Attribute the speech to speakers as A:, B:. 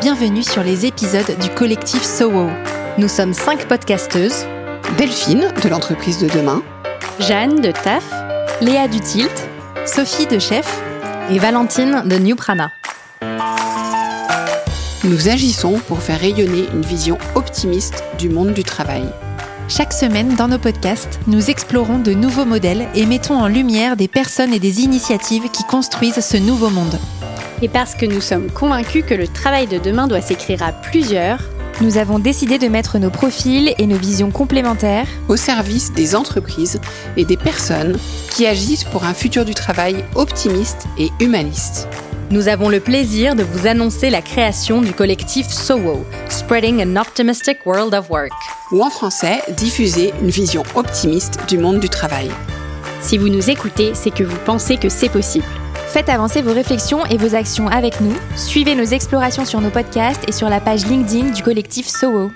A: bienvenue sur les épisodes du collectif SOWO. Nous sommes cinq podcasteuses
B: Delphine de l'entreprise de demain,
C: Jeanne de TAF,
D: Léa du Tilt,
A: Sophie de Chef
D: et Valentine de New Prana.
B: nous agissons pour faire rayonner une vision optimiste du monde du travail.
A: Chaque semaine, dans nos podcasts, nous explorons de nouveaux modèles et mettons en lumière des personnes et des initiatives qui construisent ce nouveau monde.
C: Et parce que nous sommes convaincus que le travail de demain doit s'écrire à plusieurs,
D: Nous avons décidé de mettre nos profils et nos visions complémentaires
B: Au service des entreprises et des personnes qui agissent pour un futur du travail optimiste et humaniste.
D: Nous avons le plaisir de vous annoncer la création du collectif SOWO, Spreading an Optimistic World of Work.
B: Ou en français, diffuser une vision optimiste du monde du travail.
C: si vous nous écoutez, c'est que vous pensez que c'est possible.
E: Faites avancer vos réflexions et vos actions avec nous. Suivez nos explorations sur nos podcasts et sur la page LinkedIn du collectif SOWO.